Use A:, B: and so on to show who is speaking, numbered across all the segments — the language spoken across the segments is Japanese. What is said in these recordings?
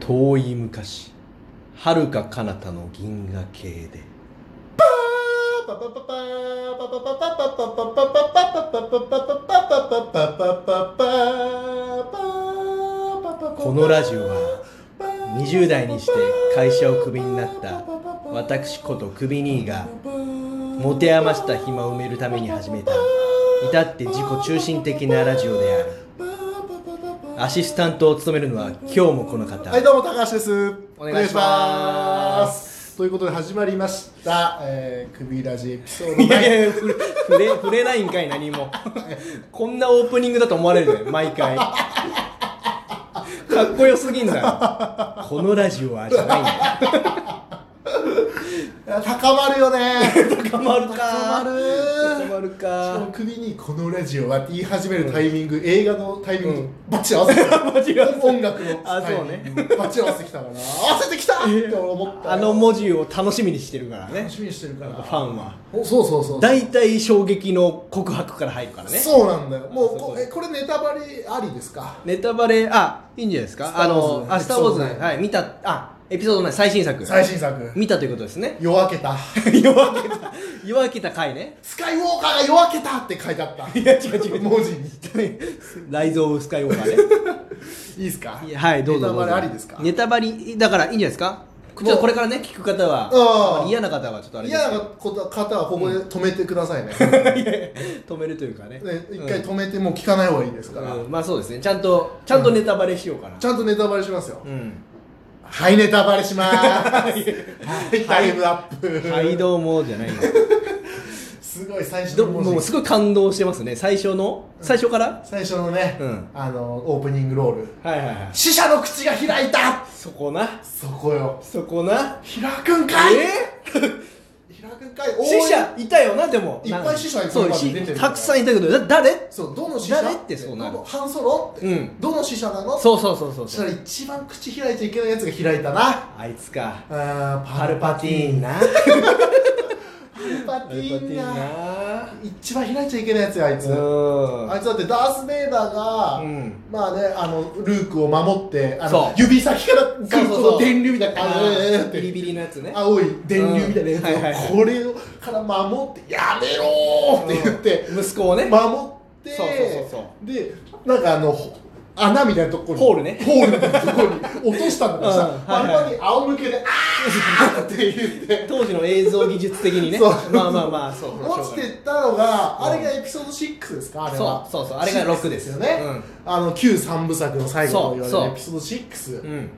A: 遠い昔遥か彼方の銀河系で
B: こ
A: こ
B: の
A: の
B: ラ
A: ラ
B: ジ
A: ジ
B: オ
A: オ
B: は
A: は
B: 20
A: 20
B: 代
A: 代
B: に
A: に
B: し
A: してて
B: 会
A: 会
B: 社
A: 社
B: を
A: を
B: ク
A: ク
B: ビ
A: ビ
B: に
A: に
B: な
A: な
B: っ
A: ったた
B: 私
A: 私
B: こ
A: こととクビ兄が
B: 持
A: 持
B: て
A: て
B: 余
A: 余
B: し
A: したた
B: 暇
A: 暇
B: を
A: を
B: 埋
A: 埋め
B: める
A: る
B: た
A: た
B: め
A: め
B: に
A: に
B: 始
A: 始
B: め
A: め
B: た
A: た
B: 至
A: 至
B: っ
A: ってて
B: 自
A: 自
B: 己
A: 己
B: 中
A: 中
B: 心
A: 心
B: 的
A: 的
B: な
A: な
B: ラ
A: ラ
B: ジ
A: ジ
B: オ
A: オ
B: で
A: で
B: あ
A: あ
B: る
A: る
B: ア
A: ア
B: シ
A: シ
B: ス
A: スタントを務めるのは今日もこの方
B: はいどうも高橋です
A: お願いします
B: ということで始まりました、えー、クビラジエピソード
A: い や
B: 9
A: いや触れ触れ触れないんかい何もこんなオープニングだと思われるね毎回かっこよすぎんだよこのラジオはじゃないんだよ
B: いや高まる よね
A: 高まるか高ま
B: 高まる
A: る
B: その
A: か
B: 首にこのラジオはって言い始めるタイミング、映画のタイミング、
A: うん
B: バッチリ合わせ てた
A: 間違えた
B: 音楽の
A: あそう
B: タイミ
A: ね
B: ングバッチリ合わせてきたからな合わせてきたって俺思ったよ
A: あの文字を楽しみにしてるからね
B: 楽しみにしてるから
A: ファンは
B: おそうそうそう
A: 大体衝撃の告白から入るからね
B: そうなんだよもう
A: そう
B: こ
A: そう
B: えこれネタバレありですか
A: ネタバレあいいんじゃないですかあの「あ
B: ス
A: ス
B: タ
A: タ
B: ー
A: ー・
B: ウ
A: ウ
B: ォ
A: ォ
B: ー
A: ー
B: ズ
A: ズ
B: ね」
A: はい見たあエピソードない最新作
B: 最新作
A: 見たということですね
B: 夜明けた
A: 夜明けた夜明けた回ね
B: スカイウォーカーが夜明けたって書いてあった
A: いや違う違う
B: 文字に
A: ライゾースカイウォーカ ー
B: いいですか
A: ね はいどうぞどうぞ
B: ネタバレありですか
A: ネタバレだからいいんじゃないですかちょっとこれからね聞く方
B: あ
A: は
B: ー
A: 嫌な方はちょっとあれです
B: 嫌なこと方はここで止めてくださいね
A: 止めるというかね
B: ね一回止めてもう聞かない方がいいですから、
A: うんまあそうですねちゃんとちゃんとネタバレしようかな
B: ちゃんとネタバレしますよ、
A: うん
B: はいネタバレしますはいタイムアップ、
A: はいどうもじゃ ないの
B: すごい最初
A: ど
B: の
A: も
B: 文
A: う
B: 字
A: すごい感動してますね最初の最初から
B: 最初のね、
A: うん
B: あのオープニングロール
A: はいはいはい
B: 死者の口が開いた
A: そこな
B: そこよ
A: そこな
B: 開くんかい
A: え ー
B: 開くんかい
A: 死者いたよなでも
B: いっぱい死者いっぱい
A: そう
B: 出て
A: し
B: るから
A: たくさんいたけどだ誰
B: そうどの死者
A: 誰ってそうなる
B: どの半ソロって、
A: うん
B: どの死者なの
A: そうそうそうそう
B: そした
A: そう
B: ら一番口開いちゃいけないやつが開いたな
A: あいつか
B: あー
A: パルパティーンな
B: パルパティーンが
A: な
B: 一番開いちゃいけないやつよあいつ、
A: うん
B: あいつだってダース・ベイダーが、
A: うん
B: まあねあのルークを守ってあ
A: そ
B: の
A: う
B: 指先から来
A: そう
B: る
A: そう
B: こ
A: そう
B: の電流みたいな
A: あ
B: あのえーっ
A: ー
B: て
A: ビリビリのやつね
B: 青い電流みたいなやつを、
A: うんはいはいはい
B: これをから守って「やめろ!」って言って、
A: 息子をね
B: 守って
A: そうそうそうそ
B: でなんかあのほ穴みたいなところに
A: ホールね
B: ホールみたいなところに落としたんだけどさ、
A: うんはいはい
B: パルパティーン仰向けで「あー!」って言って。
A: 当時の映像技術的にね
B: そう
A: まあまあまあ そう
B: 落ちて
A: しょう
B: ったのが、
A: うん
B: あれがエピソード6ですかあれは
A: そうそうそうあれが6
B: 6
A: です
B: よね、
A: うん
B: あの旧三部作の最後と言
A: そうそ
B: われ
A: う
B: るエピソード6、
A: がないうん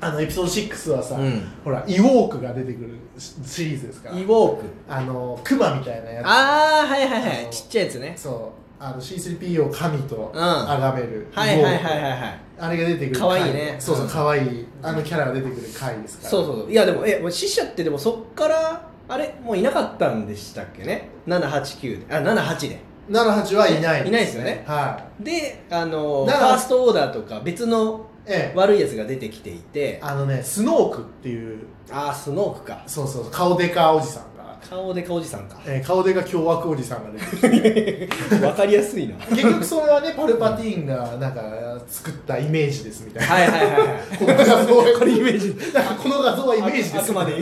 B: あのエピソード6はさ、
A: うん
B: ほらイウォークが出てくるシシリーズですから
A: イウォーク
B: あのクマみたいなや
A: ああはいはいは
B: あの
A: いちっちゃいやつね
B: つそうあの C3PO を神と
A: うん
B: 崇める、
A: はいはいはいはい
B: い
A: はい
B: あれが出てくる
A: かわいいね
B: そうそう
A: うん
B: 可愛いあのキャラが出てくる回ですから
A: そうそうそういやでもえもう死者ってでもそっからあれもういなかったんでしたっけね789であ78で
B: 78はいない
A: いないですよね
B: は
A: であのフ
B: な
A: ァーストオーダーとか別の
B: いええ
A: 悪いやつが出てきていて
B: あのねスノークっていう
A: ああスノークか
B: そうそう顔でかおじさんが
A: 顔でかおじさんか
B: えー、顔でが凶悪おじさんが出てきて
A: わかりやすいなは
B: 結局それはねパルパティーンがなんか作ったイメージですみたいな、
A: いはいはいは
B: この画像
A: いこれイメージ
B: だからこの画像はイメージです
A: あくまで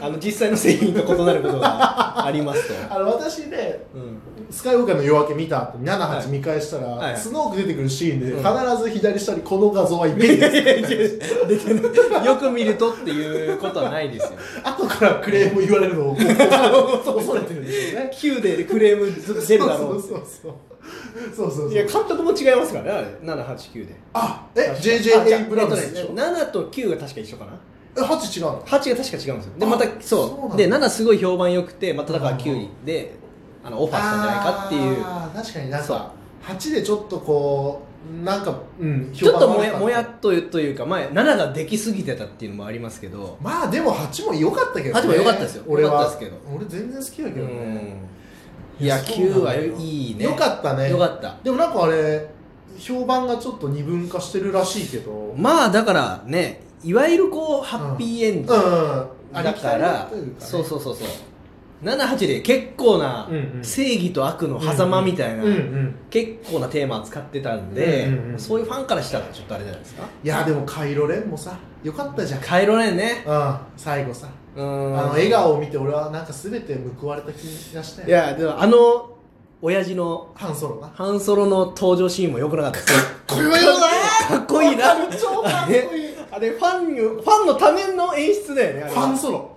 A: あの実際の製品と異なることがありますと
B: あの私ね
A: うん
B: スカイウォーカーの夜明け見た後
A: は
B: 78
A: い
B: 見返したら、
A: はい
B: スノーク出てくるシーンで、
A: うん
B: 必ず左下にこの画像はイメージです
A: 出てないよく見るとっていうことはないですよ
B: 後からクレーム言われるのをこう恐れてるんでしょうね
A: Q でクレーム出るだろうって
B: そうそうそうそうそうそう
A: いや監督も違いますからね789で
B: あ
A: 確
B: え
A: かあじゃあ
B: JJ エイブラムスで
A: えっ
B: し
A: と
B: ょ
A: ね7と9が確か一緒かな
B: え8違うの
A: 8が確か違うんですよで
B: あ
A: また
B: そうなん
A: そう
B: だ
A: で7すごい評判良くてまただから
B: うんうんう
A: 9であのオファーしたんじゃないかっていう
B: あー確かになん
A: そう
B: か8でちょっとこうなんかうん
A: ちょっと
B: 評判
A: も
B: 悪か
A: やもやっというというか前7ができすぎてたっていうのもありますけど
B: まあでも8も良かったけど、ね、
A: 8も良かったですよ
B: 俺は
A: 良かったですけど
B: 俺全然好きだ
A: う
B: けどね
A: んいや9はいいね
B: 良かったね
A: 良かった
B: でもなんかあれ評判がちょっと二分化してるらしいけどうん
A: まあだからねいわゆるこうハッピーエンド
B: あり
A: だ
B: き
A: か
B: たり
A: ら
B: というか、ね、
A: そうそうそうそう78で結構な
B: うんうん
A: 正義と悪の狭間みたいな、
B: うんうん
A: 結構なテーマ使ってたんで、
B: うんうんうん
A: そういうファンからしたらちょっとあれじゃないですか
B: いやでもカイロレンもさよかったじゃん
A: カイロレンね
B: うん最後さ
A: う
B: あ
A: ん
B: の笑顔を見て俺はなんか全て報われた気がした
A: い
B: よ
A: やでもあの親父の
B: ハンソロな
A: ハンソロの登場シーンも良くなかったです
B: これはよ
A: かっこいいな
B: な超かっこいいフ
A: あれファンにファンのための演出だよねあれは
B: ァンソロ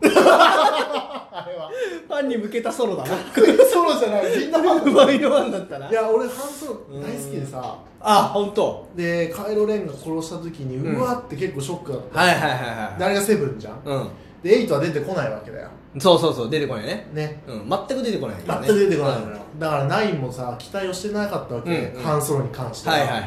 B: あれは
A: ファンに向けたソロだな
B: かっこいいソロじゃないみんなファン
A: う まいのファンだったない
B: や俺ハンソロ大好きでさ
A: あ本当
B: でカイロレンが殺した時に
A: うん
B: うわって結構ショックだった、
A: はいはいはい
B: で
A: は
B: あれがセブンじゃん
A: いうん
B: でエイトは出てこないわけだよ
A: そうそうそう出てこないね
B: ね
A: うん全く出てこないよね
B: 全く出てこないのよ、だからナインもさ期待をしてなかったわけ、
A: うんうん
B: ハンソロに関して
A: はいはいはい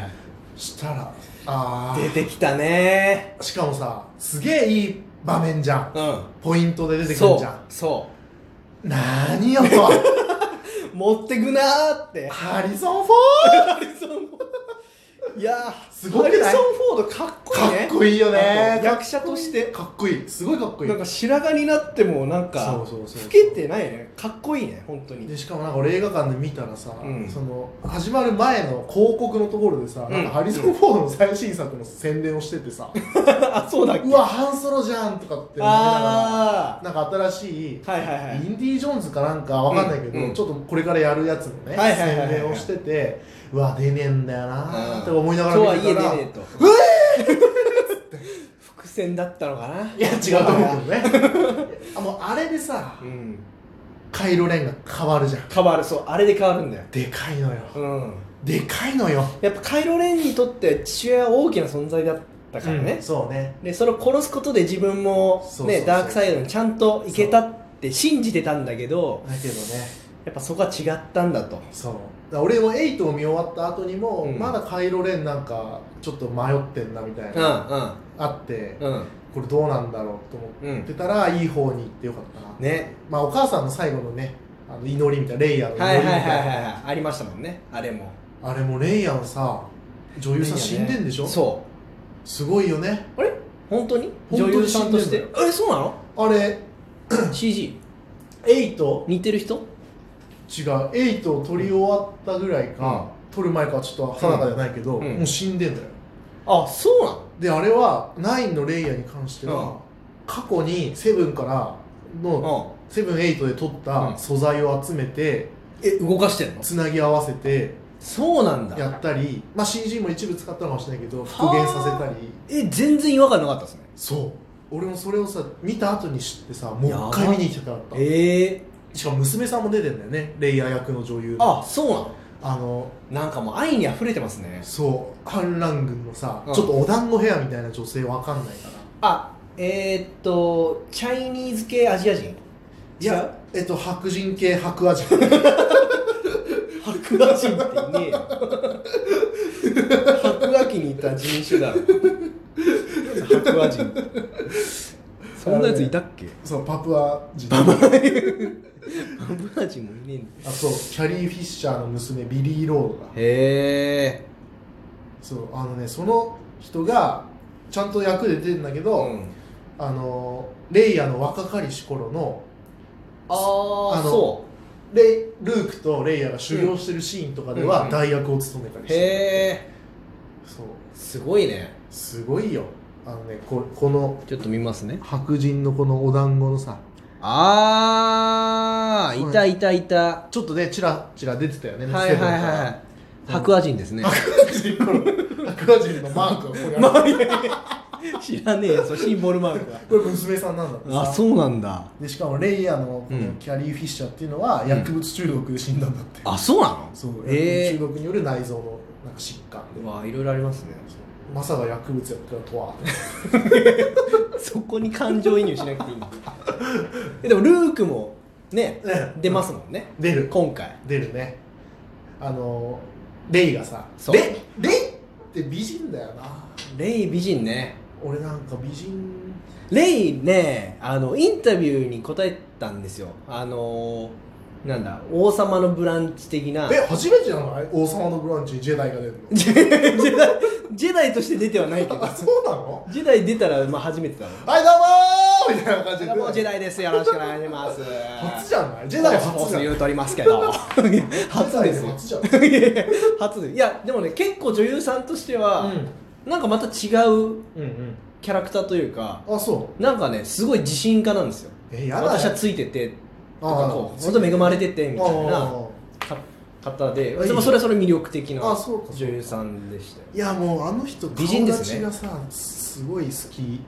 B: したらあ
A: 出てきたね
B: あしかもさすげえいい場面じゃん
A: うん
B: ポイントで出てくる
A: そ
B: じゃん
A: うそ
B: 何よ と
A: う持ってくなー って
B: ハリソン・フォー
A: ハリソンフォードいやー
B: すごくない
A: ハリソン・フォードかっこいい
B: か
A: ね
B: っこいいよ
A: あ
B: ね
A: と役者として
B: かっこいいすごいかっこいい
A: なんか白髪になってもなんか
B: そうそうそう
A: 老けてないねかっこいいね本当に
B: でしかもなんか俺映画館で見たらさ、
A: うん
B: その始まる前の広告のところでさ、
A: うん
B: なんかハリソン・フォードの最新作の宣伝をしててさ「
A: あ そうだっけ
B: うわハンソロじゃん」とかって思いなが
A: あ
B: らなんか新しい
A: あはいはいは
B: イ
A: い
B: ンディ・ージョーンズかなんかわかんないけど、
A: うんうん
B: ちょっとこれからやるやつのね、
A: はいはいはいはい
B: 宣伝をしててうわ出ねえんだよなーって思いなが
A: と
B: ら
A: は
B: 見
A: いえ
B: て
A: 出
B: たら、
A: ねえと 伏線だったのかない
B: や違うと思うけど ねあもうあれでさ
A: うん
B: カイロレンが変わるじゃん
A: 変わるそうあれで変わるんだよ
B: でかいのよ
A: うん
B: でかいのよ
A: やっぱカイロ・レンにとって父親は大きな存在だったからね、
B: そうね
A: でそれを殺すことで自分も、ね、
B: そうそうそう
A: ダークサイドにちゃんと行けたって信じてたんだけど
B: だけどね
A: やっぱそこは違ったんだと
B: そうだから俺もエイトを見終わった後にも、
A: うん
B: まだカイロレンなんかちょっと迷ってんなみたい
A: うん
B: な、
A: うん
B: あって、
A: うん
B: これどうなんだろうと思ってたら、いい方に行ってよかったな、
A: ね
B: まあお母さんの最後のねあの祈りみたいなレイヤーの
A: は
B: 祈
A: い
B: り
A: は
B: み
A: い
B: た
A: はいいはい
B: な、
A: はいありましたもんねあれも
B: あれもレイヤーのさ女優さん死んでんでしょ、
A: そ
B: すごいよね
A: うあれ本当に
B: 本当
A: 女
B: に
A: 優さんとし
B: 死
A: て
B: んでん
A: えそうなの
B: あれ
A: CG
B: エイト
A: 似てる人
B: 違うエイトを撮り終わったぐらいか、撮る前かちょっと定かじゃないけど、
A: うん
B: もう死んでんだよ
A: あそうなの
B: であれはナインのレイヤーに関しては、
A: うん
B: 過去にセブンからの
A: うん
B: セブンエイトで撮っ
A: う
B: た
A: ん
B: 素材を集めて
A: え動かしてんの
B: つなぎ合わせて
A: そうなんだ
B: やったり、まあ、CG も一部使ったのかもしれないけど復元させたり
A: え全然違和感なかったですね
B: そう俺もそれをさ見た後に知ってさもう一回見に行きたかった
A: ええ
B: しかも娘さんも出てんだよねレイヤー役の女優
A: あそうなの
B: あの
A: なんかもう愛に溢れてますね
B: そう反乱軍のさ、
A: うん
B: ちょっとお団子ヘアみたいな女性わかんないから
A: あえー、っとチャイニーズ系アジア人
B: いやえっと白人系白 亜人白
A: 白亜人っていねえよ白亜紀にいた人種だろ白亜人そんなやついたっけ
B: そうパプア人
A: 白亜人もいねえんだ
B: あそうキャリー・フィッシャーの娘ビリー・ロードが
A: へえ
B: そうあのねその人がちゃんと役で出てんだけど、
A: うん、
B: あのレイヤーの若かりし頃の
A: あー
B: あ
A: あ
B: の
A: そ
B: レイルークとレイヤーが修行してるシーンとかで
A: うん
B: は
A: うん
B: 代役を務めたり
A: う
B: して、
A: へえ
B: そう
A: すごいね
B: すごいよあのねここの
A: ちょっと見ますね
B: 白人のこのお団子のさ
A: あーいたいたいた、
B: ちょっとねチラチラ出てたよね
A: はいはいはい
B: は
A: はい白亜人ですね
B: い白亜人のマークがこれある
A: 知らねえよそれシンボルマーク
B: これ娘さんなんだって
A: が
B: さ
A: あそうなんだ
B: でしかもレイヤーのこ
A: う
B: の
A: ん
B: キャリー・フィッシャーっていうのは薬物中毒で死んだんだって、
A: あそうなの
B: そう
A: え
B: 薬物中毒による内臓のなんか疾患で
A: ー、うわいろいろありますね
B: そうまさか薬物やったとは
A: そこに感情移入しなくていいんだ えでもルークもね 出ますもんね
B: 出る
A: 今回
B: 出るねあのレイがさ
A: そう
B: レイレイって美人だよな
A: レイ美人ね
B: 俺なんか美人
A: レイねあのインタビューに答えたんですよあのーなんだ王様のブランチ的な
B: え初めてじゃない王様のブランチにジェダイが出る の
A: ジェジェダイジェダイとして出てはないけど
B: あそうなの
A: ジェダイ出たらまあ初めてだろ
B: はいどうもーみたいな感じで
A: もうジェダイですよろしくお願いします
B: 初じゃないジェダイ初
A: 初
B: じゃない
A: 言うとりますけ ど初ですよ
B: 初じゃん
A: いやいや 初ですいやでもね結構女優さんとしては、なんかまた違う
B: うんうん
A: キャラクターというか
B: あそ
A: なんかねすごい自信家なんですよ
B: うえやだ
A: 私は
B: よ
A: ついててと
B: あ
A: か
B: ー
A: こう本当恵まれててみたい
B: あ
A: な
B: ー
A: か方で
B: あいい
A: でもそれはそれ魅力的な
B: あそうかそうか
A: 女優さんでしたよ
B: いやもうあの人
A: 美人ですね
B: 顔立ちがさすごい好き、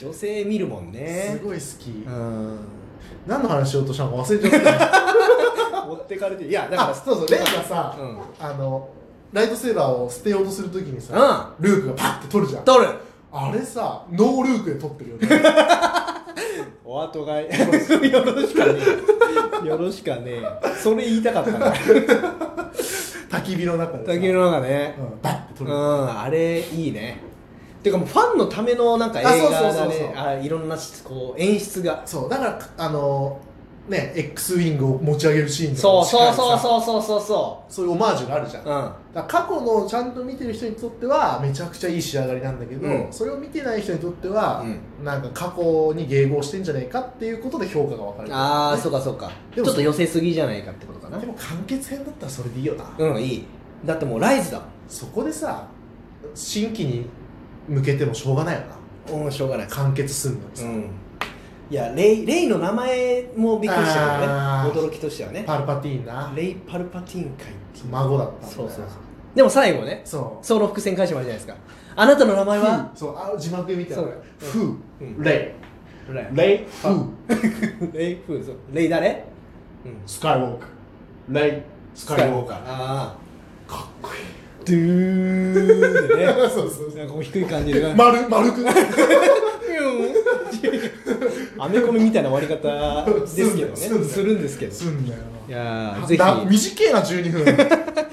A: 女性見るもんね
B: すごい好き、
A: うん
B: 何の話しようとしたのか忘れちゃった
A: 持ってかれてい やだ
B: あ
A: か
B: そうそうレイがさ、
A: らうん
B: あのライトセーバーを捨てようとするときにさ、
A: う
B: ルークがパッて取るじゃん
A: 取る
B: あれさノールークで取ってるよ ね
A: お後がいよろしかねえよろしかねえそれ言いたかったな
B: 焚き火の中でさ
A: 竹野の中ね
B: うん、バッて
A: う
B: 取
A: ん
B: る、
A: あれいいねてかもうファンのためのなんか映画
B: あそ
A: だ
B: うそうそうそう
A: ねあいろんなこう演出が
B: そうだからあのね X ウィングを持ち上げるシーンとか
A: そう
B: もしっか
A: そう
B: りさ
A: そうそうそうそうそ
B: そういうオマージュがあるじゃん、
A: ううん
B: だから過去のちゃんと見てる人にとってはめちゃくちゃいい仕上がりなんだけど、
A: うん
B: それを見てない人にとっては、
A: う
B: なんか過去に迎合してんじゃないかっていうことで評価が分かれてる
A: ああそうかそうかち
B: で
A: ょ
B: も
A: っと寄せすぎじゃないかってことかな
B: でも完結編だったらそれでいいよな、
A: うんいいだってもうライズだ
B: そこでさ新規に向けてもしょうがないよな
A: もんうんしょうがない
B: 完結すんのに
A: う
B: さ、
A: んいやレイレイの名前もびっくりしたよね
B: あー
A: 驚きとしてはね
B: パルパティーンな
A: レイ・パルパティーン会っていう
B: 孫だったんだよ
A: そうそうそうでも最後ね
B: そう
A: その伏線回収もあるじゃないですかあなたの名前は
B: ふうそうあ字幕で見た
A: そ
B: ら
A: うだよ
B: 「ふう
A: うん
B: レ
A: レ
B: イレイフ
A: あ
B: ー
A: イレイフーそうレイ誰うん
B: スカイウォーカーレイスカイウォーカーかっ
A: ああ
B: こいい
A: ドゥーってね
B: そうそう
A: なんかこう低い感じで
B: 丸 丸く
A: アメコミみたいな終わり方ですけどね
B: すんだよ
A: するんですけど
B: すんだよ
A: いやー
B: な
A: ぜ
B: だ
A: ひ
B: 短いな12分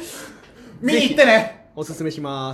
B: 見に行ってね
A: おすすめします